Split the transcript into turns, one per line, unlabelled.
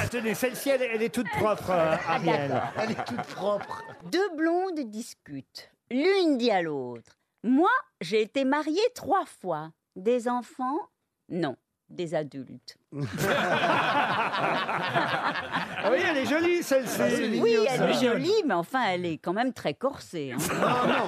Ah, tenez, celle-ci, elle, est- elle est toute propre, euh, Ariel.
Ah, Elle est toute propre.
Deux blondes discutent. L'une dit à l'autre Moi, j'ai été mariée trois fois. Des enfants Non, des adultes.
Ah oui, elle est jolie,
Ah,
celle-ci.
Oui, elle est jolie, mais enfin, elle est quand même très corsée. hein.
Non, non.